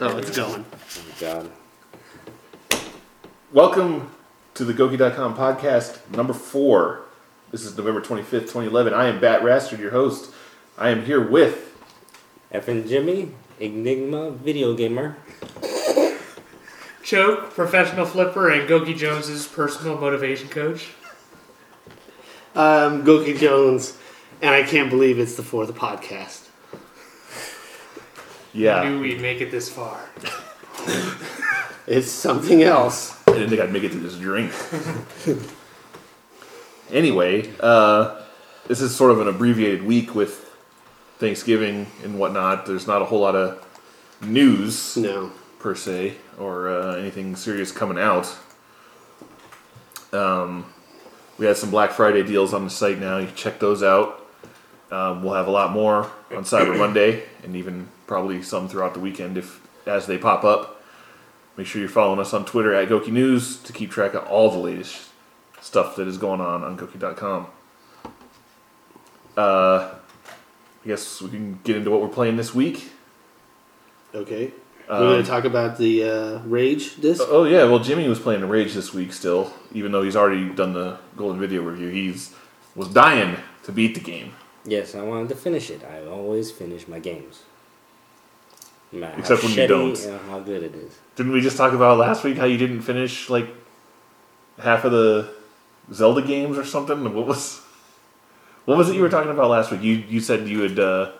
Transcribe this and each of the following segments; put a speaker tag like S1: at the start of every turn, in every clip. S1: Oh, it's going.
S2: Oh my God.
S3: Welcome to the Goki.com podcast number four. This is November 25th, 2011. I am Bat Rastard, your host. I am here with.
S2: Effing Jimmy, Enigma, video gamer.
S4: Choke, professional flipper, and Goki Jones's personal motivation coach.
S1: Um, Goki Jones, and I can't believe it's the fourth podcast.
S3: Yeah.
S4: Knew we'd make it this far.
S1: It's something else.
S3: I didn't think I'd make it to this drink. anyway, uh, this is sort of an abbreviated week with Thanksgiving and whatnot. There's not a whole lot of news.
S1: No.
S3: per se, or uh, anything serious coming out. Um, we had some Black Friday deals on the site now. You can check those out. Um, we'll have a lot more on Cyber Monday, and even probably some throughout the weekend if as they pop up. Make sure you're following us on Twitter at Goki News to keep track of all the latest stuff that is going on on Goki.com. Uh, I guess we can get into what we're playing this week.
S1: Okay. We're going
S3: Um,
S1: to talk about the uh, Rage disc.
S3: Oh yeah, well Jimmy was playing Rage this week still, even though he's already done the Golden Video review. He's was dying to beat the game,
S2: Yes, I wanted to finish it. I always finish my games. No matter how
S3: Except when you
S2: shitty
S3: don't.
S2: and how good it is.
S3: Didn't we just talk about last week how you didn't finish like half of the Zelda games or something? What was what was it you were talking about last week? You you said you had uh,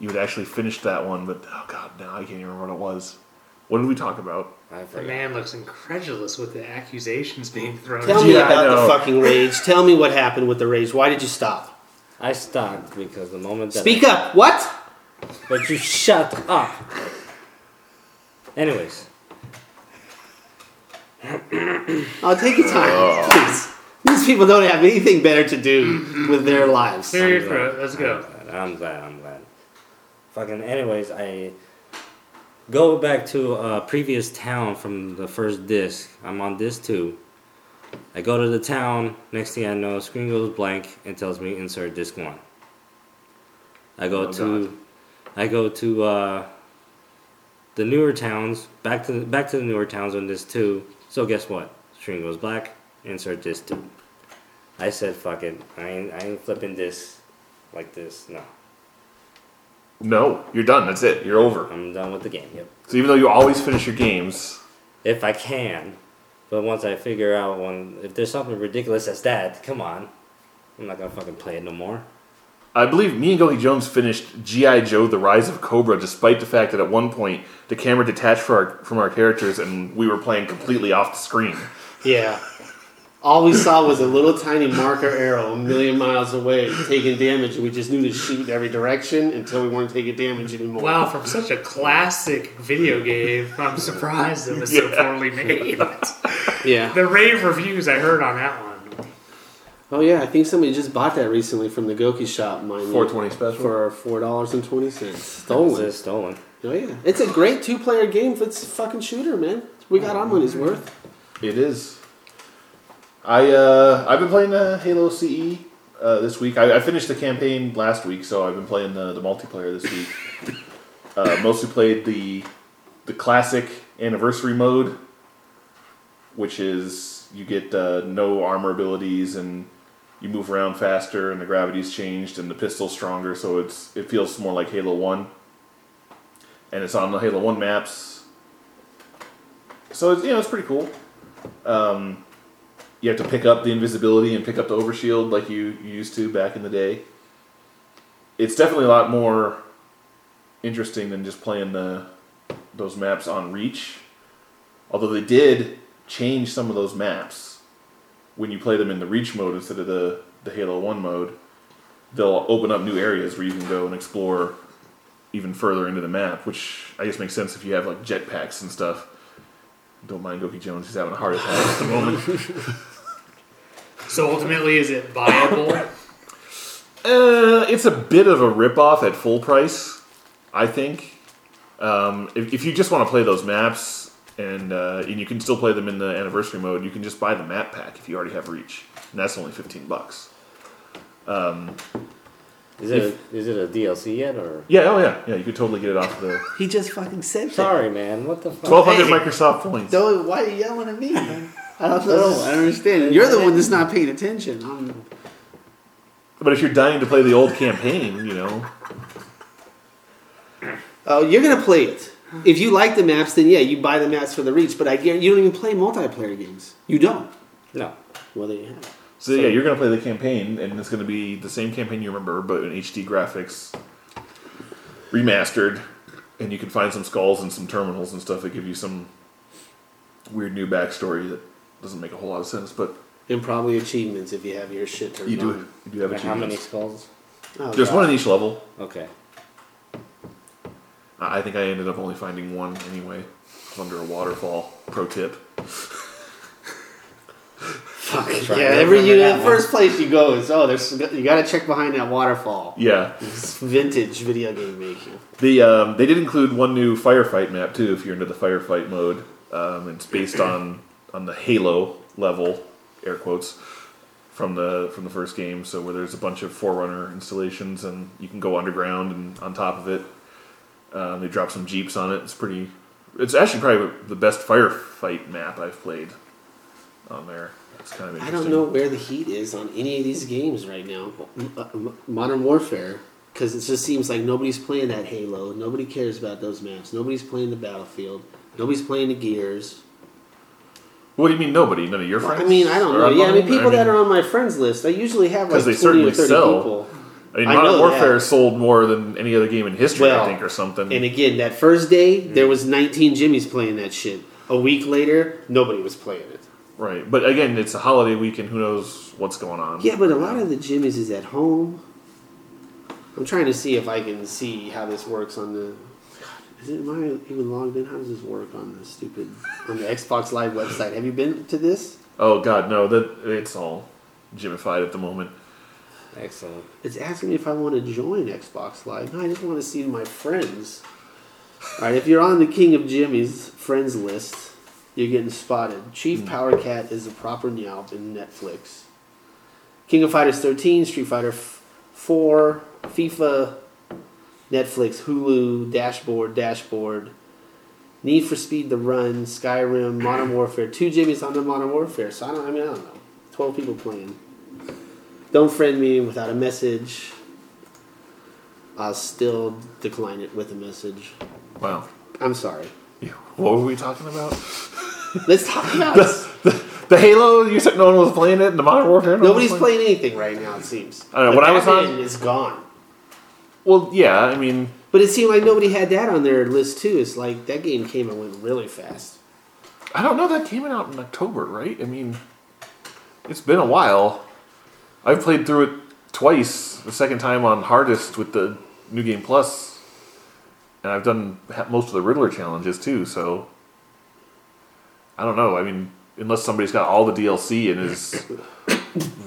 S3: you had actually finished that one, but oh god, now I can't even remember what it was. What did we talk about?
S2: I
S4: The
S2: forgot.
S4: man looks incredulous with the accusations being thrown.
S1: Tell
S4: at
S1: me
S3: yeah,
S1: about
S3: I know.
S1: the fucking Rage. Tell me what happened with the Rage. Why did you stop?
S2: I stopped because the moment that
S1: Speak up. What?
S2: I, But you shut up. Anyways,
S1: I'll take your time. Please. These people don't have anything better to do with their lives.
S4: Clear your
S2: I'm
S4: throat.
S2: glad.
S4: Let's
S2: I'm
S4: go.
S2: glad, I'm glad. I'm glad. Fucking. Anyways, I go back to a previous town from the first disc. I'm on disc two. I go to the town. Next thing I know, screen goes blank and tells me insert disc one. I go
S3: Oh,
S2: to, I go to uh, the newer towns. Back to back to the newer towns on disc two. So guess what? Screen goes black. Insert disc two. I said, fuck it. I ain't, I ain't flipping this like this. No.
S3: No, you're done. That's it. You're over.
S2: I'm done with the game. Yep.
S3: So even though you always finish your games,
S2: If I can. But once I figure out when, if there's something ridiculous as that, come on. I'm not gonna fucking play it no more.
S3: I believe me and Goki Jones finished G.I. Joe The Rise of Cobra despite the fact that at one point the camera detached for our, from our characters and we were playing completely off the screen.
S1: Yeah. All we saw was a little tiny marker arrow a million miles away taking damage, and we just knew to shoot in every direction until we weren't taking damage anymore.
S4: Wow, from such a classic video game, I'm surprised it was so poorly made.
S1: Yeah.
S4: the rave reviews I heard on that one.
S1: Oh, yeah, I think somebody just bought that recently from the Goki shop, mind you.
S3: 420 special.
S1: For $4.20.
S2: It's
S1: Stolen.
S2: just stolen.
S1: Oh, yeah. It's a great two player game if it's a fucking shooter, man. We got our money's worth.
S3: It is. I uh, I've been playing uh, Halo CE uh, this week. I, I finished the campaign last week, so I've been playing the, the multiplayer this week. uh, mostly played the the classic anniversary mode, which is you get uh, no armor abilities and you move around faster, and the gravity's changed, and the pistol's stronger, so it's it feels more like Halo One. And it's on the Halo One maps, so it's, you know it's pretty cool you have to pick up the invisibility and pick up the overshield like you, you used to back in the day. It's definitely a lot more interesting than just playing the those maps on Reach. Although they did change some of those maps when you play them in the Reach mode instead of the, the Halo 1 mode. They'll open up new areas where you can go and explore even further into the map, which I guess makes sense if you have like jetpacks and stuff. Don't mind Goki Jones, he's having a heart attack at the moment.
S4: So ultimately, is it viable?
S3: Uh, it's a bit of a ripoff at full price, I think. Um, if, if you just want to play those maps, and uh, and you can still play them in the anniversary mode, you can just buy the map pack if you already have Reach, and that's only fifteen bucks. Um,
S2: Is it a, is it a DLC yet or?
S3: Yeah, oh yeah, yeah. You could totally get it off the
S1: He just fucking said that.
S2: Sorry, man. What the fuck?
S3: twelve hundred
S1: Hey.
S3: Microsoft points.
S1: Don't, why are you yelling at me? man? I don't know. I don't understand. You're the one that's not paying attention. I'm,
S3: But if you're dying to play the old campaign, you know,
S1: oh, you're gonna play it. If you like the maps, then yeah, you buy the maps for the reach. But I guarantee you don't even play multiplayer games. You don't.
S2: No.
S1: Well, there you have. it.
S3: so yeah, you're gonna play the campaign, and it's gonna be the same campaign you remember, but in HD graphics, remastered, and you can find some skulls and some terminals and stuff that give you some weird new backstory that doesn't make a whole lot of sense, but
S1: And probably achievements if you have your shit turned
S3: you do
S1: on.
S3: you do have
S2: How many
S3: achievements.
S2: skulls?
S1: Oh,
S3: There's
S1: God.
S3: one in each level.
S2: Okay.
S3: I I think I ended up only finding one anyway. It's under a waterfall. Pro tip.
S1: Fuck.
S2: Try
S1: Yeah,
S2: to
S1: every
S2: remember
S1: you,
S2: that
S1: the first place you go is oh, there's you gotta check behind that waterfall.
S3: Yeah.
S1: It's vintage video game making.
S3: The um, they did include one new firefight map too. If you're into the firefight mode, um, it's based on on the Halo level, air quotes, from the from the first game. So where there's a bunch of Forerunner installations, and you can go underground and on top of it. Um, they dropped some jeeps on it. It's pretty. It's actually probably the best firefight map I've played on there. It's kind of
S1: I
S3: interesting.
S1: don't know where the heat is on any of these games right now. M- uh, M- Modern Warfare, because it just seems like nobody's playing that Halo. Nobody cares about those maps. Nobody's playing the Battlefield. Nobody's playing the Gears.
S3: What do you mean nobody? None of your friends?
S1: I mean, I don't know.
S3: are
S1: Yeah, I mean,
S3: online?
S1: people that are on my friends list, I usually have like
S3: 'Cause they
S1: twenty or
S3: certainly
S1: thirty
S3: sell.
S1: people.
S3: I mean,
S1: I
S3: Modern
S1: know
S3: Warfare
S1: that.
S3: sold more than any other game in history,
S1: Well,
S3: I think, or something.
S1: And again, that first day there was nineteen Jimmys playing that shit. A week later, nobody was playing it.
S3: Right, but again, it's a holiday weekend. Who knows what's going on?
S1: Yeah, but a lot of the Jimmys is at home. I'm trying to see if I can see how this works on the. God, is it am I even logged in? How does this work on the stupid on the Xbox Live website? Have you been to this?
S3: Oh God, no! That it's all gimified at the moment.
S2: Excellent.
S1: It's asking me if I want to join Xbox Live. No, I just want to see my friends. All right, if you're on the King of Jimmy's friends list, you're getting spotted. Chief Power Cat is the proper Yelp in Netflix. King of Fighters 13, Street Fighter f- 4, FIFA, Netflix, Hulu, Dashboard, Dashboard, Need for Speed: The Run, Skyrim, Modern Warfare. Two Jimmys on the Modern Warfare. So I don't. I mean, I don't know. Twelve people playing. Don't friend me without a message. I'll still decline it with a message.
S3: Wow,
S1: I'm sorry.
S3: Yeah, what were we talking about?
S1: Let's talk about this.
S3: The Halo. You said no one was playing it in the Modern Warfare. no one was
S1: Nobody's playing anything right now. It seems.
S3: I don't know,
S1: The
S3: when I was on-
S1: Batman is gone.
S3: Well, yeah. I mean,
S1: But it seemed like nobody had that on their list too. It's like that game came and went really fast.
S3: I don't know. That came out in October, right? I mean, it's been a while. I've played through it twice. The second time on hardest with the New Game Plus, and I've done ha- most of the Riddler challenges too. So I don't know. I mean, unless somebody's got all the DLC and is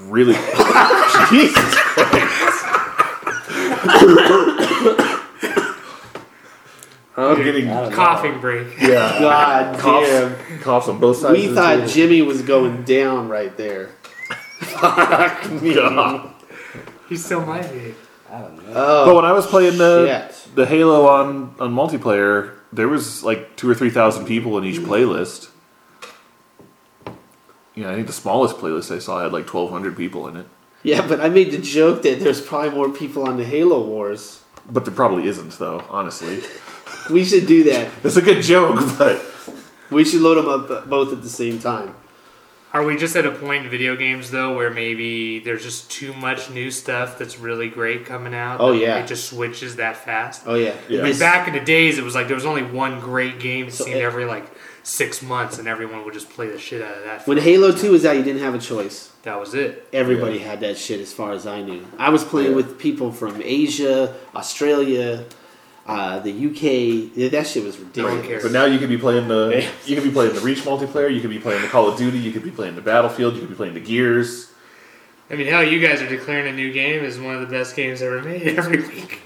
S3: really Jesus I'm getting
S2: I don't know.
S4: Coughing break.
S3: yeah.
S1: God
S3: Coughs,
S1: damn.
S3: coughs on both sides.
S1: We
S3: of the
S1: thought
S3: table.
S1: Jimmy was going down right there.
S3: Yeah.
S4: He still might be.
S2: I don't know.
S3: But
S1: Oh,
S3: when I was playing the
S1: shit.
S3: the Halo on on multiplayer, there was like two or three thousand people in each
S1: Mm.
S3: playlist. You know, I think the smallest playlist I saw had like twelve hundred people in it,
S1: Yeah, but I made the joke that there's probably more people on the Halo Wars.
S3: but there probably isn't though. Honestly,
S1: We should do that.
S3: it's a good joke, but
S1: We should load them up both at the same time.
S4: Are we just at a point in video games though where maybe there's just too much new stuff that's really great coming out?
S1: Oh,
S4: that
S1: yeah.
S4: it just switches that fast.
S1: Oh yeah,
S3: Yeah.
S4: Like
S1: This-
S4: back in the days, it was like there was only one great game it
S1: So
S4: seemed
S1: it-
S4: every like six months, and everyone would just play the shit out of that.
S1: when Halo Two was out, you didn't have a choice.
S4: that was it.
S1: Everybody had that shit, as far as I knew. I was playing
S3: Yeah.
S1: with people from Asia, Australia, uh, the UK. Yeah, That shit was ridiculous.
S4: cares.
S3: but now you could be playing the
S1: Yeah.
S3: you could be playing the Reach multiplayer, you could be playing the Call of Duty, you could be playing the Battlefield, you could be playing the Gears.
S4: I mean, hell, you guys are declaring a new game is one of the best games ever made every week.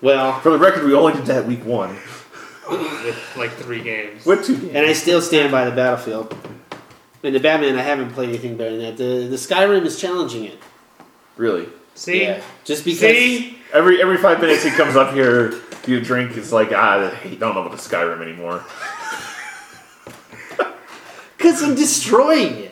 S1: Well,
S3: For the record, we only did that week one.
S4: With like three games.
S3: What two games?
S1: and I still stand by the Battlefield. And the Batman, I haven't played anything better than that. The, the Skyrim is challenging it.
S3: Really?
S4: See,
S1: just because
S4: see,
S3: Every every five minutes he comes up here to get a drink. It's like ah, I don't know about the Skyrim anymore.
S1: Because I'm destroying it.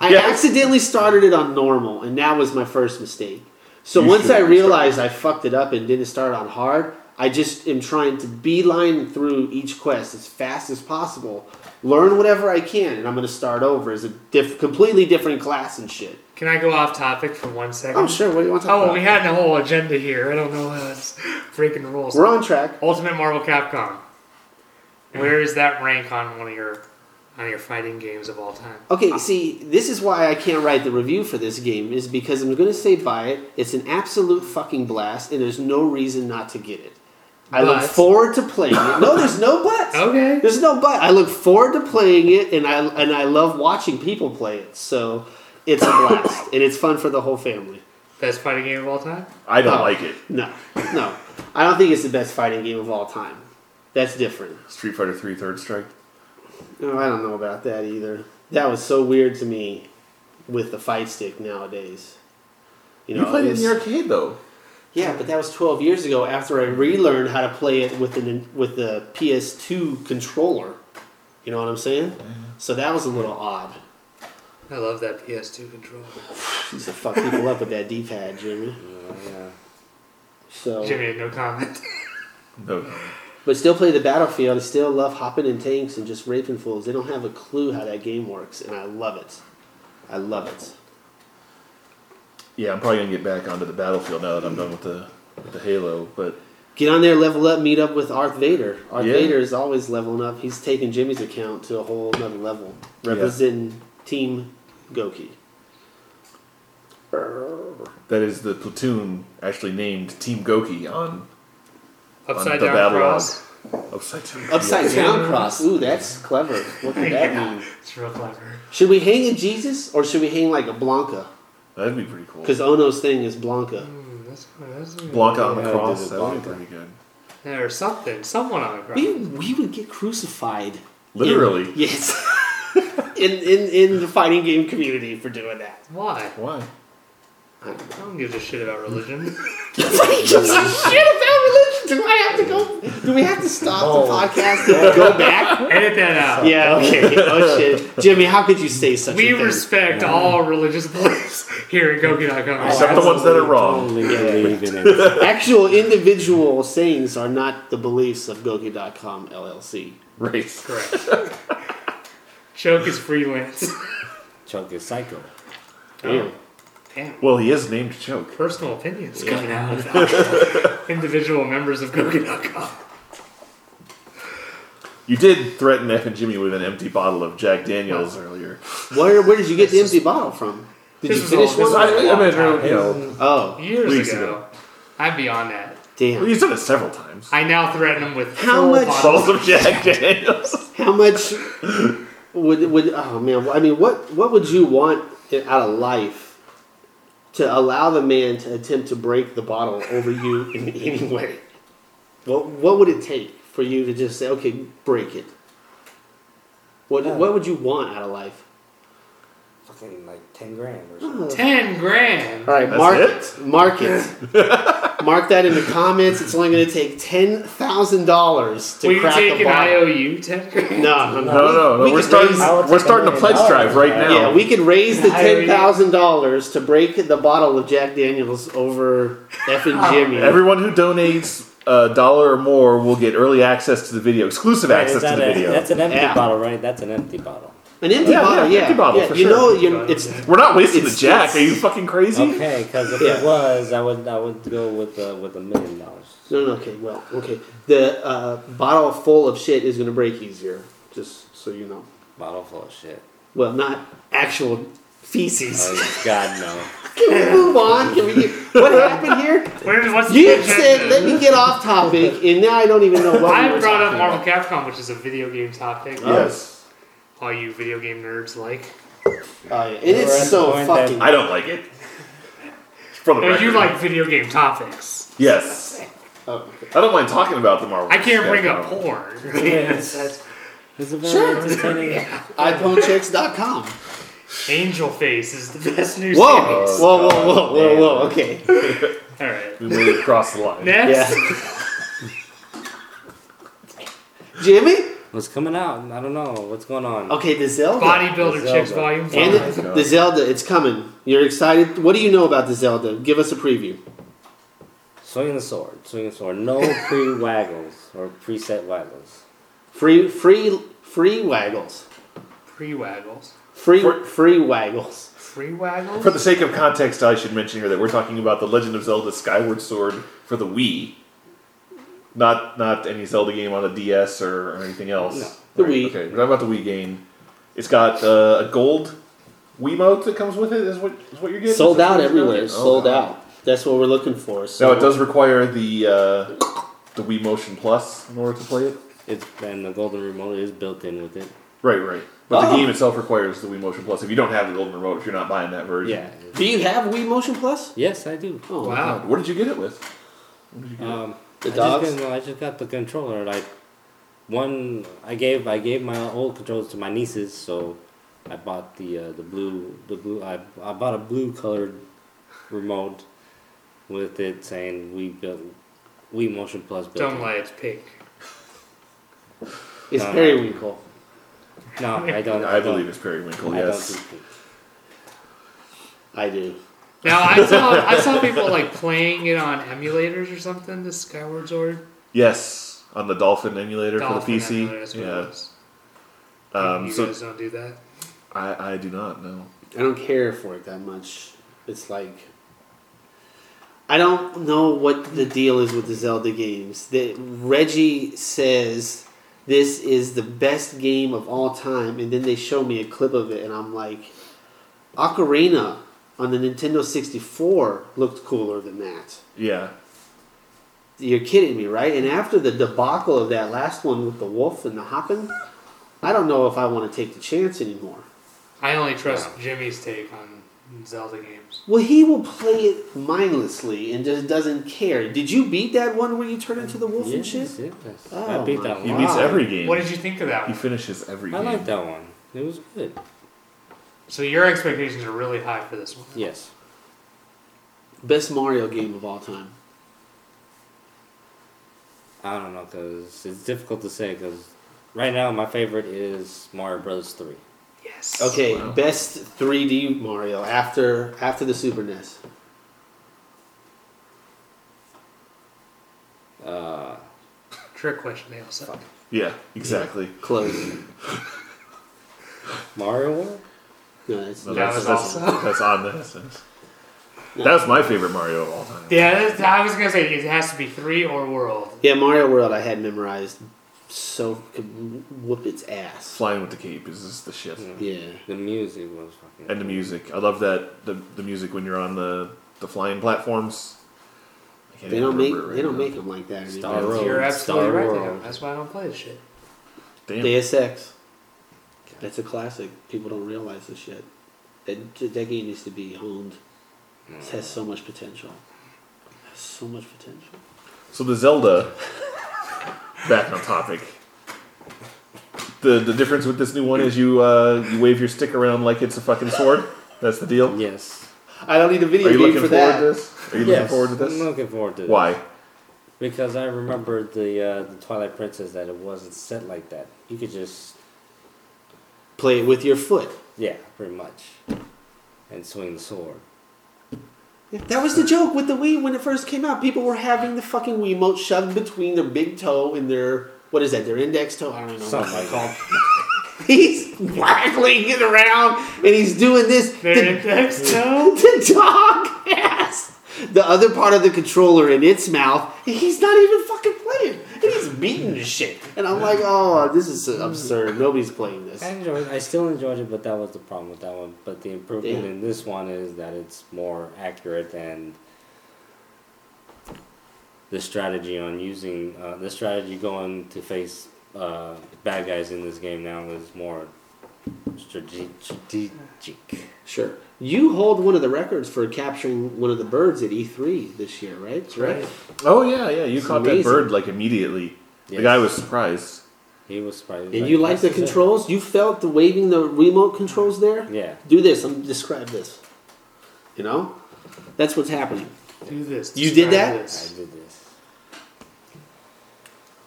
S1: I
S3: Yeah.
S1: accidentally started it on normal, and that was my first mistake. So
S3: You
S1: once I
S3: shouldn't
S1: realized I fucked it up and didn't start on hard, I just am trying to beeline through each quest as fast as possible, learn whatever I can, and I'm going to start over as a diff- completely different class and shit.
S4: Can I go off topic for one second?
S1: Oh, sure. What do you want to talk
S4: Oh,
S1: about?
S4: we had a whole agenda here. I don't know how it's freaking rules.
S1: We're on track.
S4: Ultimate Marvel Capcom. Where is that rank on one of your on your fighting games of all time?
S1: Okay, see, this is why I can't write the review for this game, is because I'm going to say buy it. It's an absolute fucking blast, and there's no reason not to get it. I look
S4: But-
S1: forward to playing it. No, there's no buts.
S4: Okay.
S1: There's no but. I look forward to playing it, and I and I love watching people play it. So it's a blast, and it's fun for the whole family.
S4: Best fighting game of all time?
S3: I don't
S1: Oh.
S3: like it.
S1: No, no, I don't think it's the best fighting game of all time. That's different.
S3: Street Fighter Three Third Strike.
S1: No, I don't know about that either. That was so weird to me with the fight stick nowadays. You know,
S3: You played it in
S1: was-
S3: the arcade though.
S1: yeah, but that was 12 years ago. After I relearned how to play it with an with the PS2 controller, you know what I'm saying?
S3: Mm-hmm.
S1: So that was a little odd.
S4: I love that PS2 controller.
S1: Used to fuck people up with that D-pad, Jimmy.
S2: Oh, yeah.
S3: Oh.
S1: So,
S4: Jimmy had no comment.
S3: No, no.
S1: but still play the Battlefield. I still love hopping in tanks and just raping fools. They don't have a clue how that game works, and I love it. I love it.
S3: Yeah, I'm probably gonna get back onto the battlefield now that I'm done with the with the Halo. But
S1: Get on there, level up, meet up with Arth Vader. Arth
S3: Yeah.
S1: Vader is always leveling up. He's taking Jimmy's account to a whole nother level, representing Team Goki.
S3: that is the platoon actually named Team Goki on
S4: Upside
S3: the
S4: down
S3: battle
S4: cross.
S3: Upside Down.
S1: Upside down cross. Ooh, that's clever. What could that
S4: Yeah,
S1: mean?
S4: it's real clever.
S1: Should we hang a Jesus or should we hang like a Blanca?
S3: That'd be pretty cool.
S1: Because Ono's thing is Blanca.
S4: Mm, that's, that's
S3: Blanca on the
S2: Yeah, I
S3: cross.
S2: did it,
S3: That'd be
S2: Blanca.
S3: pretty good.
S4: Yeah, Or something. Someone on the cross.
S1: We, we would get crucified. in-
S3: Literally.
S1: yes. in, in, in the fighting game community for doing that.
S4: Why?
S3: Why?
S4: I don't give a shit about religion.
S1: Nobody gives a shit about religion. Do I have to go? Do we have to stop the podcast and Oh. go back?
S4: Edit that out.
S1: Yeah. Okay. Oh shit, Jimmy, how could you say such?
S4: We
S1: a thing?
S4: respect all religious beliefs here at Goki.com.
S3: Except the ones that are wrong.
S2: Totally believe in it.
S1: Actual individual sayings are not the beliefs of Goki.com LLC.
S3: Right.
S4: Correct. Choke is freelance.
S2: Chuck is psycho.
S4: Oh.
S1: Damn.
S4: Damn.
S3: Well, he is named Choke.
S4: Personal opinions coming out of individual members of Goki.com.
S3: You did threaten F and Jimmy with an empty bottle of Jack Daniels earlier.
S1: Where where did you get the empty bottle from? Did
S4: this
S1: you
S4: is
S1: finish
S4: all-
S1: one?
S4: this
S3: I, I mean,
S4: time.
S3: you know,
S1: Oh
S4: Years
S3: Weeks
S4: ago.
S3: ago.
S4: I'm beyond that.
S1: damn!
S3: he's done it several times.
S4: I now threaten them with
S1: How
S4: full
S1: much-
S4: bottles.
S3: Bottles of Jack Daniels.
S1: How much would would oh man? I mean, what what would you want out of life to allow the man to attempt to break the bottle over you in any way? What what would it take for you to just say, okay, break it? What what would you want out of life?
S2: Fucking like 10 grand or something.
S4: Ten grand.
S1: All right,
S3: That's
S1: mark
S3: it?
S1: it. Mark it. mark that in the comments. It's only going to take ten thousand dollars to
S4: Will you
S1: crack
S4: take
S1: the
S4: an
S1: bottle.
S4: IOU? Ten grand.
S1: No,
S3: No, no,
S1: we
S3: no. We are
S1: could
S3: starting.
S1: raise-
S2: I would
S3: We're
S2: take a
S3: starting a
S2: million
S3: pledge
S2: dollars,
S3: drive right
S2: right?
S3: now.
S1: Yeah, we could raise the
S4: I already-
S1: ten thousand dollars to break the bottle of Jack Daniels over F and Jimmy.
S3: Everyone who donates a dollar or more will get early access to the video, exclusive
S2: Right,
S3: access
S2: is that
S3: to the
S2: a-
S3: video.
S2: That's an empty
S1: Yeah.
S2: bottle, right? That's an empty bottle.
S1: An empty
S3: Yeah,
S1: bottle,
S3: yeah,
S1: yeah,
S3: empty bottle,
S1: yeah.
S3: for
S1: you
S3: sure.
S1: know, you it's
S3: We're not wasting
S1: It's-
S3: the Jack.
S1: it's-
S3: Are you fucking crazy?
S2: Okay, because if
S1: Yeah.
S2: it was, I would I would go with uh, with a million dollars.
S1: no, no, okay, well, okay. The uh, bottle full of shit is gonna break easier, just so you know.
S2: Bottle full of shit.
S1: Well, not actual feces.
S2: Oh, God no.
S1: Can we move on? Can we? Get, what happened here?
S4: Where, what's the
S1: You
S4: agenda?
S1: said let me get off topic, and now I don't even know what we
S4: I
S1: were
S4: brought up
S1: talking
S4: Marvel Capcom, which is a video game topic.
S3: Yes.
S4: All you video game nerds like.
S1: about. Oh, yeah. And
S2: were at the
S1: it's so
S2: point
S1: fucking.
S3: I don't like it. For the
S4: No, you
S3: record.
S4: like video game topics.
S3: Yes.
S1: Oh, okay.
S3: I don't mind talking about the Marvel.
S4: I can't bring up
S3: Capcom.
S4: porn.
S2: Yes.
S4: That's-
S2: It's a very
S1: Sure.
S2: entertaining.
S1: iPhoneChicks.com.
S4: Angel Face is the best new
S1: Whoa!
S4: series.
S1: Whoa! Whoa! Whoa! Whoa! Whoa! Okay.
S4: All right.
S3: We made it across the line.
S4: Next.
S1: Jimmy?
S2: What's coming out? I don't know. What's going on?
S1: Okay, the Zelda.
S4: Bodybuilder
S2: Zelda.
S4: Chicks Volume
S1: and
S4: 5.
S1: the, the Zelda, it's coming. You're excited. What do you know about the Zelda? Give us a preview.
S2: Swinging the sword. Swinging the sword. No pre waggles or preset waggles.
S1: Free, free, free waggles.
S4: Free waggles.
S1: Free,
S3: For-
S1: free waggles.
S4: Free waggles?
S3: For the sake of context, I should mention here that we're talking about the Legend of Zelda Skyward Sword for the Wii, not not any Zelda game on a DS or, or anything else.
S2: No,
S1: the
S3: Right,
S1: Wii.
S3: Okay, we're talking about the Wii game. It's got uh, a gold Wiimote that comes with it. Is what is what you're getting? Is
S1: Sold
S3: that
S1: out
S3: what you're
S1: everywhere.
S3: getting?
S1: It's
S3: Oh,
S1: sold
S3: God.
S1: out. That's what we're looking for. So
S3: Now it does require the uh, the Wii Motion Plus in order to play it.
S2: It's and the golden remote is built in with it.
S3: Right, right. But
S1: Oh.
S3: the game itself requires the Wii Motion Plus. If you don't have the golden remote, if you're not buying that version,
S2: Yeah.
S1: Do you have Wii Motion Plus?
S2: Yes, I do.
S1: Oh,
S4: Wow.
S3: What did you get it with? What did you get?
S2: Um,
S1: The
S2: I
S1: dogs?
S2: Just got, no, I just got the controller. Like one, I gave I gave my old controllers to my nieces, so I bought the uh, the blue the blue I I bought a blue colored remote with it saying we built we motion plus built.
S4: Don't
S2: in."
S4: lie, it's pink.
S1: It's
S2: No.
S1: periwinkle.
S2: No, I don't.
S3: I believe it's Periwinkle.
S2: don't, Uh, I
S3: Yes.
S2: don't do pink.
S1: I do.
S4: Now, I saw, I saw people like playing it on emulators or something, the Skyward Sword.
S3: Yes, on the Dolphin emulator for
S4: Dolphin
S3: the PC.
S4: emulator, that's what it
S3: yeah.
S4: was.
S3: Um,
S4: you
S3: so
S4: guys don't do that.
S3: I, I do not know.
S1: I don't care for it that much. It's like I don't know what the deal is with the Zelda games. That Reggie says this is the best game of all time, and then they show me a clip of it, and I'm like, Ocarina on the Nintendo 64 looked cooler than that.
S3: Yeah.
S1: You're kidding me, right? And after the debacle of that last one with the wolf and the hopping, I don't know if I want to take the chance anymore.
S4: I only trust Jimmy's take on Zelda games.
S1: Well, he will play it mindlessly and just doesn't care. Did you beat that one where you turn into the wolf and
S2: Yes,
S1: shit?
S2: yes, yes.
S1: Oh
S2: I beat
S1: my
S2: that
S3: He
S2: one.
S1: God.
S3: beats
S1: Wow.
S3: every game.
S4: What did you think of that
S3: he
S4: one?
S3: finishes every
S2: I
S3: game.
S2: like that one. It was good.
S4: So your expectations are really high for this one.
S2: Yes.
S1: Best Mario game of all time.
S2: I don't know because it's difficult to say because right now my favorite is Mario Brothers Three.
S4: Yes.
S1: Okay,
S3: Wow.
S1: best 3D Mario after after the Super E NES.
S2: Uh,
S4: Trick question. They all suck.
S3: Yeah, exactly.
S1: Close.
S2: Mario World.
S1: No, that's
S3: No,
S4: That
S3: that's,
S4: was
S3: that's,
S4: awesome.
S3: that's on the E essence. That's my favorite Mario of all time.
S4: Yeah, that's, I was gonna say it has to be three or world.
S1: yeah. Mario World I had memorized, so could whoop its ass.
S3: Flying with the Cape is just the shit.
S1: Yeah,
S2: The music was fucking.
S3: And the music. I love that the, the music when you're on the, the flying platforms. I can't
S1: they
S3: even
S1: don't make
S3: remember it right
S1: they don't
S3: now.
S1: make them like that
S2: Star
S1: anymore.
S2: Road.
S4: You're absolutely
S2: Star
S4: right.
S2: World.
S4: Now. That's why I don't play this shit.
S3: Damn.
S1: Deus Ex. That's a classic. People don't realize this shit. That, that game needs to be honed. It
S2: Mm.
S1: has so much potential. It has so much potential.
S3: So the Zelda, back on topic. The the difference with this new one is you uh, you wave your stick around like it's a fucking sword. That's the deal.
S2: Yes.
S1: I don't need a video
S3: Are you
S1: game
S3: looking
S1: for
S3: forward
S1: that.
S3: to this? Are you looking
S2: yes.
S3: forward to
S2: I'm
S3: this?
S2: looking forward to this.
S3: Why?
S2: Because I remember the uh, the Twilight Princess that it wasn't set like that. You could just
S1: Play it with your foot.
S2: yeah, pretty much, and swing the sword.
S1: That was the joke with the Wii when it first came out. People were having the fucking Wiimote shoved between their big toe and their what is that? Their index toe? I don't even know
S2: Something
S1: what it's
S2: like
S1: called.
S2: that.
S1: He's waggling it around and he's doing this.
S4: Their
S1: The-
S4: index toe.
S1: the dog has the other part of the controller in its mouth, and he's not even fucking playing. And he's beating the shit. And I'm like, oh, this is absurd. Nobody's playing this.
S2: I enjoyed. I still enjoyed it, but that was the problem with that one. But the improvement
S1: Yeah.
S2: in this one is that it's more accurate and the strategy on using uh, the strategy going to face uh, bad guys in this game now is more strate- strategic.
S1: Sure. You hold one of the records for capturing one of the birds at E3 this year, right? That's
S4: right.
S3: Oh yeah, yeah. You caught that
S1: amazing.
S3: bird like immediately. The
S2: Yes.
S3: guy was surprised.
S2: He was surprised.
S1: And you like the
S2: "This is it."
S1: controls? You felt the waving the remote controls there? Um,
S2: Yeah.
S1: Do this. I'm describe this. You know, that's what's happening.
S4: Do this.
S1: You did
S4: describe
S1: that?
S4: this.
S2: I did this.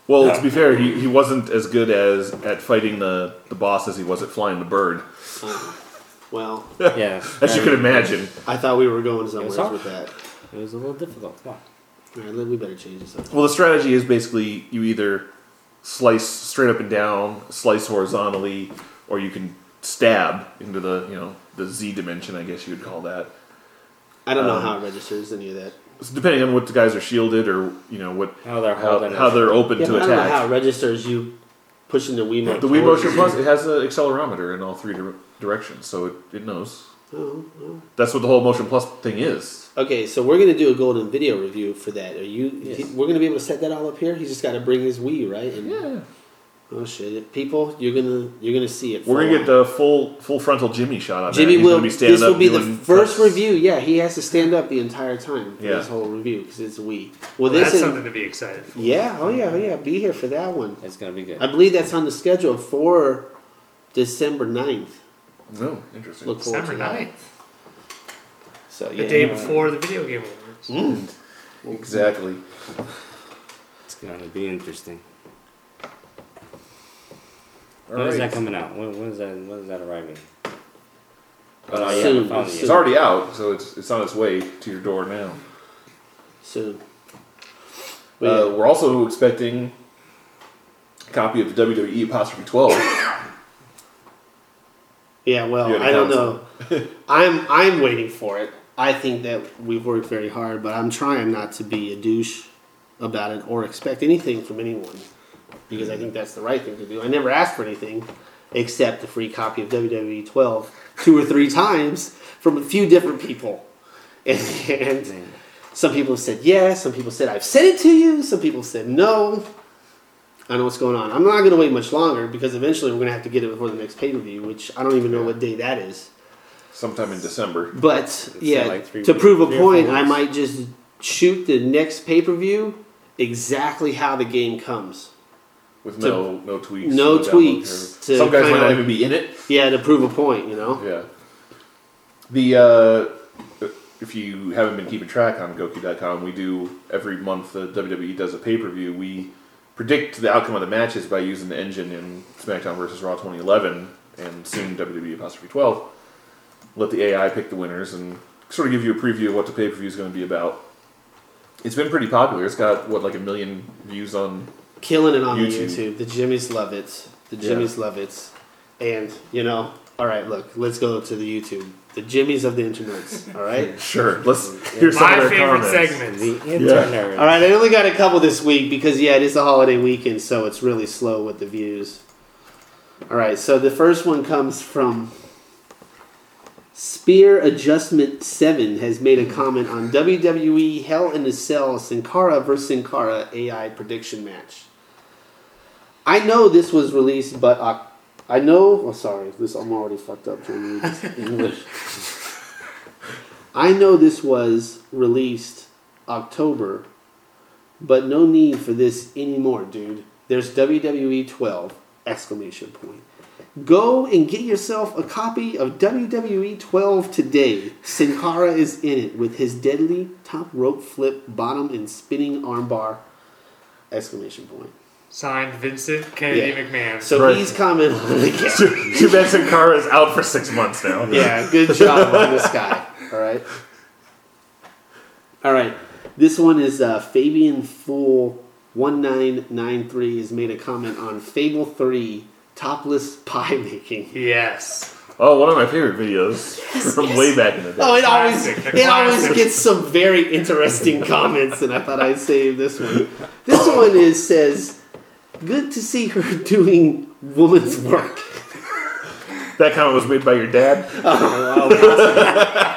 S3: Well, to be fair, he, he wasn't as good as at fighting the, the boss as he was at flying the bird,
S1: Um, Well,
S2: Yeah.
S3: as you
S2: I-
S3: can imagine.
S1: I thought we were going somewhere
S2: It's hard.
S1: with that.
S2: It was a little difficult. Come on.
S1: All right, we better change this up.
S3: Well, the strategy is basically you either slice straight up and down, slice horizontally, or you can stab into the you know the Z dimension, I guess you would call that.
S1: I don't know how it registers any of that.
S3: So depending on what the guys are shielded or you know what
S2: How they're
S3: how,
S2: holding
S3: how
S2: it.
S3: they're open
S1: Yeah,
S3: to
S1: but I don't know how it
S3: attack.
S1: registers you pushing the Wiimote.
S3: The Wii
S1: towards
S3: Motion
S1: you.
S3: Plus it has an accelerometer in all three dir- directions, so it, it knows.
S1: Oh, well.
S3: That's what the whole Motion Plus thing is.
S1: Okay, so we're gonna do a golden video review for that. Are you?
S2: Yes.
S1: We're gonna be able to set that all up here. He's just got to bring his Wii, right? And, Oh shit, people! You're gonna you're gonna see it.
S3: We're
S1: full
S3: gonna
S1: on.
S3: get the full full frontal Jimmy shot on
S1: Jimmy
S3: that. He's
S1: will.
S3: gonna be standing
S1: this will
S3: up
S1: be the
S3: doing
S1: first
S3: flips.
S1: review. Yeah, he has to stand up the entire time for
S3: Yeah.
S1: this whole review because it's Wii. Well,
S4: That's
S1: this is
S4: something to be excited for.
S1: yeah. Oh yeah. Oh yeah. Be here for that one.
S2: It's gonna be good.
S1: I believe that's on the schedule for December 9th.
S3: No, Oh, interesting.
S1: Look forward
S4: December
S1: to that.
S4: 9th,
S1: So
S4: the
S1: yeah, Mm.
S4: day before the video game awards.
S3: Exactly.
S2: It's gonna be interesting.
S3: All
S2: When is
S3: right.
S2: that coming out? When, when is that? When is that arriving?
S3: Uh,
S2: oh, yeah,
S1: soon,
S2: I found it.
S1: soon.
S3: It's already out, so it's it's on its way to your door now.
S1: soon. But
S3: Uh,
S1: yeah,
S3: we're also expecting a copy of the WWE apostrophe twelve.
S1: yeah, well,
S3: you had a
S1: I don't know.
S3: council.
S1: I'm I'm waiting for it. I think that we've worked very hard, but I'm trying not to be a douche about it or expect anything from anyone because I think that's the right thing to do. I never asked for anything except a free copy of WWE 12 two or three times from a few different people. And, and some people said yes, some people said I've said it to you, some people said no. I know what's going on. I'm not going to wait much longer because eventually we're going to have to get it before the next pay per view, which I don't even know what day that is.
S3: sometime in December.
S1: But yeah,
S2: like three
S1: to
S2: weeks-
S1: prove
S2: three
S1: a
S2: or four
S1: point, I
S2: weeks.
S1: might just shoot the next pay per view exactly how the game comes.
S3: With no no tweaks.
S1: No
S3: download
S1: tweaks
S3: curve.
S1: to
S3: Some guys might
S1: kinda-
S3: not even be in it.
S1: Yeah, to prove a point, you know.
S3: Yeah. The uh, if you haven't been keeping track on Goku.com, we do every month the WWE does a pay per view. We predict the outcome of the matches by using the engine in SmackDown versus Raw 2011 and soon WWE apostrophe 12. Let the AI pick the winners and sort of give you a preview of what the pay per view is going to be about. It's been pretty popular. It's got what like a million views on.
S1: Killing it on the
S3: YouTube.
S1: YouTube. The Jimmys love it. The
S3: Yeah.
S1: Jimmys love it. And you know, all right, look, let's go to the YouTube. The Jimmys of the internets. All right.
S3: Sure, let's hear some
S4: My
S3: of their
S4: favorite
S3: comments.
S4: segment.
S2: The internet.
S1: All right, I only got a couple this week because yeah, it is a holiday weekend, so it's really slow with the views. All right, so the first one comes from Spear Adjustment Seven has made a comment on WWE Hell in a Cell Sin Cara versus Sin Cara AI prediction match. I know this was released, but Oc- I know. Oh, sorry, this I'm already fucked up trying to read this in English. I know this was released October, but no need for this anymore, dude. There's WWE 12 exclamation point. Go and get yourself a copy of WWE 12 today. Sin Cara is in it with his deadly top rope flip, bottom and spinning armbar exclamation point.
S4: Signed Vincent Kennedy
S1: Yeah.
S4: McMahon.
S1: So
S3: Right.
S1: he's commenting on the game.
S3: Too bad Sin Cara is out for six months now.
S1: Yeah, good job on this guy. All right. All right. This one is uh, Fabian Fool one nine nine three has made a comment on Fable three topless pie making.
S4: yes.
S3: Oh, one of my favorite videos from way back in the day.
S1: Oh, it always
S4: Classic,
S1: it
S4: the
S1: always
S4: classic.
S1: gets some very interesting comments, and I thought I'd save this one. This one is says, "Good to see her doing woman's work."
S3: That comment was made by your dad.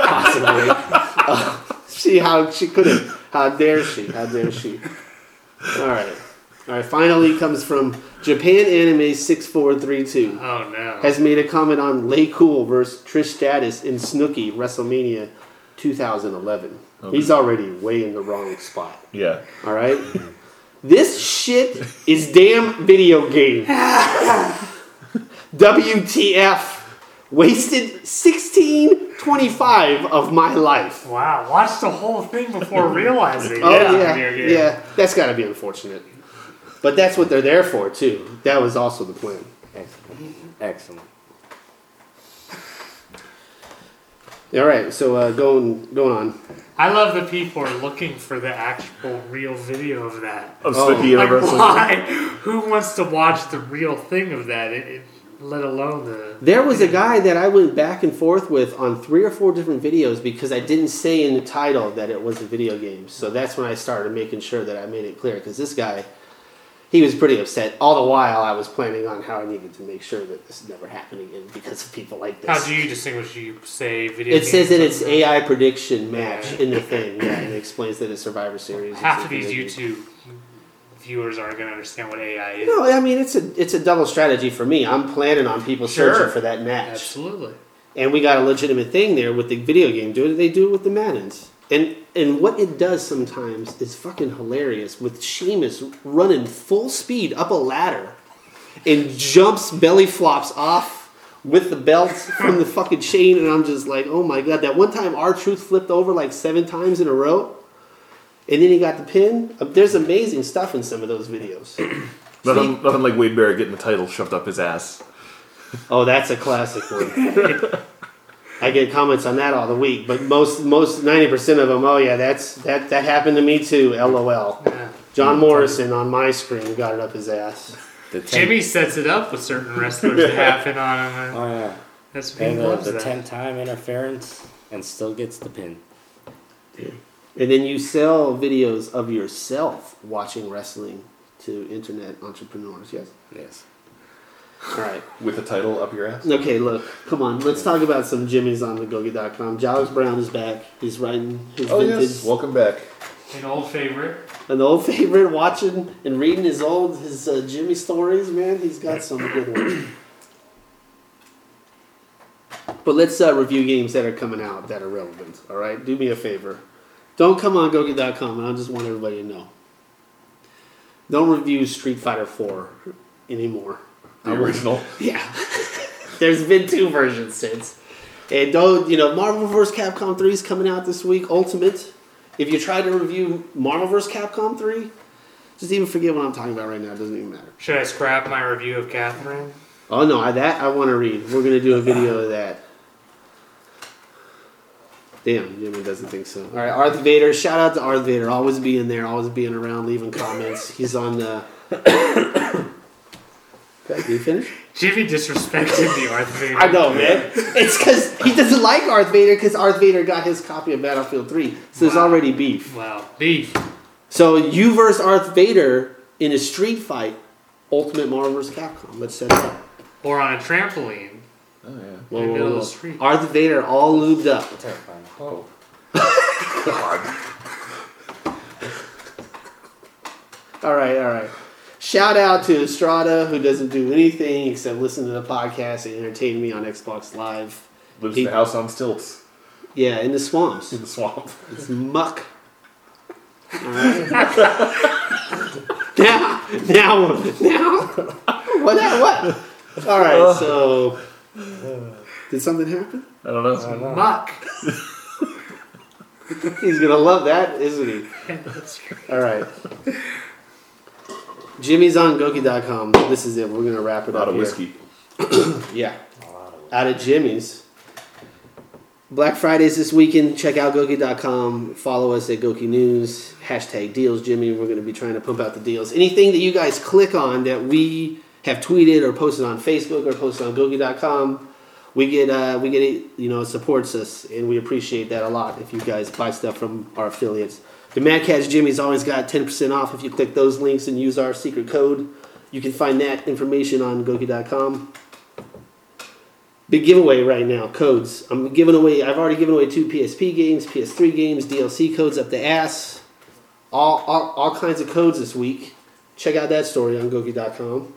S1: possibly. Uh, she how she couldn't. How dare she? How dare she? All right, all right. Finally, comes from Japan Anime six four three two
S4: Oh no.
S1: has made a comment on Lay Cool versus Trish Stratus in Snooki WrestleMania 2011. He's already way in the wrong spot.
S3: Yeah.
S1: All right. This shit is damn video game. WTF. Wasted 1625 of my life.
S4: Wow, watch the whole thing before realizing.
S1: Oh yeah,
S4: video
S1: yeah.
S4: game.
S1: That's got to be unfortunate. But that's what they're there for too. That was also the plan.
S2: Excellent. Excellent.
S1: All right, so uh, going going on.
S4: I love that people are looking for the actual real video of that.
S3: Of
S1: Oh.
S3: Spooky
S4: Like,
S3: Universal.
S4: why? Who wants to watch the real thing of that? It, it, let alone the.
S1: There was a guy that I went back and forth with on three or four different videos because I didn't say in the title that it was a video game. So that's when I started making sure that I made it clear because this guy, he was pretty upset. All the while, I was planning on how I needed to make sure that this never happened again because of people like this.
S4: How do you distinguish? You say video.
S1: it says
S4: games
S1: that it's
S4: on-
S1: AI prediction match
S4: Yeah.
S1: in the thing, yeah, and it explains that it's Survivor Series.
S4: Half
S1: It's
S4: of
S1: a
S4: these
S1: video game.
S4: YouTube viewers aren't going to understand what AI is.
S1: No, I mean it's a it's a double strategy for me. I'm planning on people
S3: Sure.
S1: searching for that match.
S4: Absolutely.
S1: and we got a legitimate thing there with the video game. Do it? They do it with the Maddens, and and what it does sometimes is fucking hilarious. With Seamus running full speed up a ladder, and jumps belly flops off with the belt from the fucking chain, and I'm just like, oh my god! That one time, our truth flipped over like seven times in a row. And then he got the pin. Uh, There's amazing stuff in some of those videos.
S3: nothing, nothing like Wade Barrett getting the title shoved up his ass.
S1: Oh, that's a classic one. I get comments on that all the week, but most most ninety percent of them, oh yeah, that's that that happened to me too. LOL.
S4: Yeah.
S1: John Morrison on my screen got it up his ass.
S2: The ten-
S4: Jimmy sets it up with certain wrestlers that happen on him.
S2: Oh yeah.
S4: That's what he
S2: And the,
S4: loves
S2: the
S4: that.
S2: ten time interference and still gets the pin.
S1: And then you sell videos of yourself watching wrestling to internet entrepreneurs. Yes.
S2: Yes.
S1: All right.
S3: With the title up your ass?
S1: Okay, look, come on. Let's talk about some Jimmy's on thegogi.com. Jalex Brown is back. He's writing his
S3: Oh,
S1: vintage
S3: yes. Welcome back.
S4: An old favorite.
S1: an old favorite watching and reading his old his uh, Jimmy stories, man. He's got some good ones. But let's uh, review games that are coming out that are relevant. All right, do me a favor. Don't come on Gogi.com, and I just want everybody to know. Don't review Street Fighter Four anymore.
S3: The original.
S1: Yeah. There's been two versions since. And though, you know, Marvel vs. Capcom 3 is coming out this week, Ultimate. If you try to review Marvel vs. Capcom 3, just even forget what I'm talking about right now. It doesn't even matter.
S4: Should I scrap my review of Catherine?
S1: Oh, no, I, that I want to read. We're going to do a video of that. Damn, Jimmy doesn't think so. All right, Arth Vader. Shout out to Arth Vader. Always being there, always being around, leaving comments. He's on the. okay, you finished?
S4: Jimmy disrespected the Arth Vader.
S1: I know, man. It's because he doesn't like Darth Vader because Darth Vader got his copy of Battlefield 3. So there's
S4: Wow.
S1: already beef.
S4: Wow, beef.
S1: So you versus Darth Vader in a street fight, Ultimate Marvel vs. Capcom. Let's set it up.
S4: Or on a trampoline.
S3: Oh, yeah.
S1: Whoa, whoa,
S4: In the middle of
S1: whoa.
S4: the street.
S1: Darth Vader all lubed up.
S2: Terrifying.
S3: Oh. God.
S1: All right, all right. Shout out to Estrada, who doesn't do anything except listen to the podcast and entertain me on Xbox Live.
S3: Lives
S1: He-
S3: in the house on stilts
S1: Yeah, in the swamps.
S3: in the swamp.
S1: It's muck. now, now, now. What? What? All
S3: Uh.
S1: right. So, did something happen?
S3: I don't know.
S4: Muck.
S1: He's gonna love that, isn't he?
S4: That's true.
S1: All right. Jimmy's on Goki.com. This is it. We're gonna wrap
S3: A
S1: it
S3: lot
S1: up.
S3: of
S1: here.
S3: whiskey.
S1: Yeah.
S2: A lot of
S1: out of Jimmy's. Black Friday's this weekend. Check out Goki.com. Follow us at Goki News. Hashtag deals, Jimmy. We're going to be trying to pump out the deals. Anything that you guys click on that we have tweeted or posted on Facebook or posted on Goki.com, we get uh, we get it. You know, it supports us, and we appreciate that a lot. If you guys buy stuff from our affiliates, the Mad Catch Jimmy's always got ten percent off if you click those links and use our secret code. You can find that information on Goki.com big giveaway right now codes i'm giving away i've already given away two psp games ps3 games dlc codes up the ass all, all, all kinds of codes this week check out that story on goki.com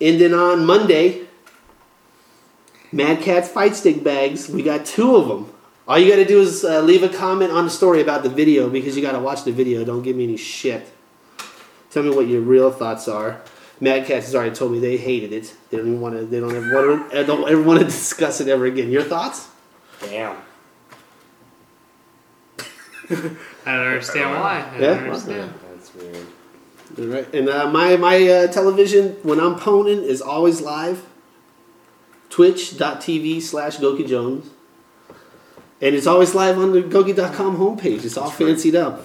S1: and then on monday mad cats fight stick bags we got two of them all you gotta do is uh, leave a comment on the story about the video because you gotta watch the video don't give me any shit tell me what your real thoughts are Mad Cats has already told me they hated it. They don't even want to. They don't ever want to. Don't ever want to discuss it ever again. Your thoughts?
S2: Damn.
S4: I don't understand why. I
S1: Yeah?
S4: don't understand.
S2: That's weird.
S1: All right. And uh, my my uh, television when I'm poning is always live. Twitch.tv slash Goki Jones. And it's always live on the Goki.com homepage. It's all fancied up.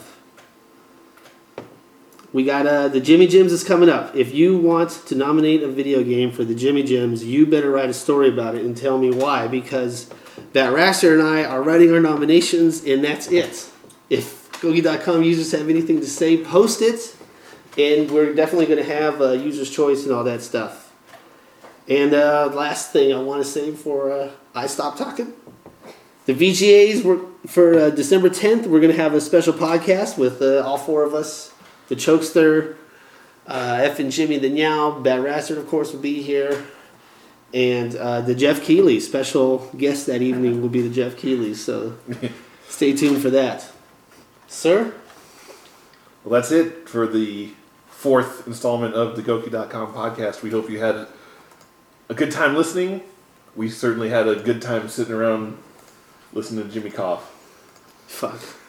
S1: We got uh, the Jimmy Jims is coming up. If you want to nominate a video game for the Jimmy Jims, you better write a story about it and tell me why. Because that Raster and I are writing our nominations, and that's it. If Gogi.com users have anything to say, post it, and we're definitely going to have uh, users' choice and all that stuff. And uh, last thing I want to say before uh, I stop talking. The VGAs were for uh, December 10th. We're going to have a special podcast with uh, all four of us, the Chokester, uh, F and Jimmy the Nyow, Bat Rassard, of course, will be here, and uh, the Jeff Keeley special guest that evening will be the Jeff Keeley. So stay tuned for that, sir.
S3: Well, that's it for the fourth installment of the Goki.com podcast. We hope you had a, a good time listening. We certainly had a good time sitting around listening to Jimmy cough.
S1: Fuck.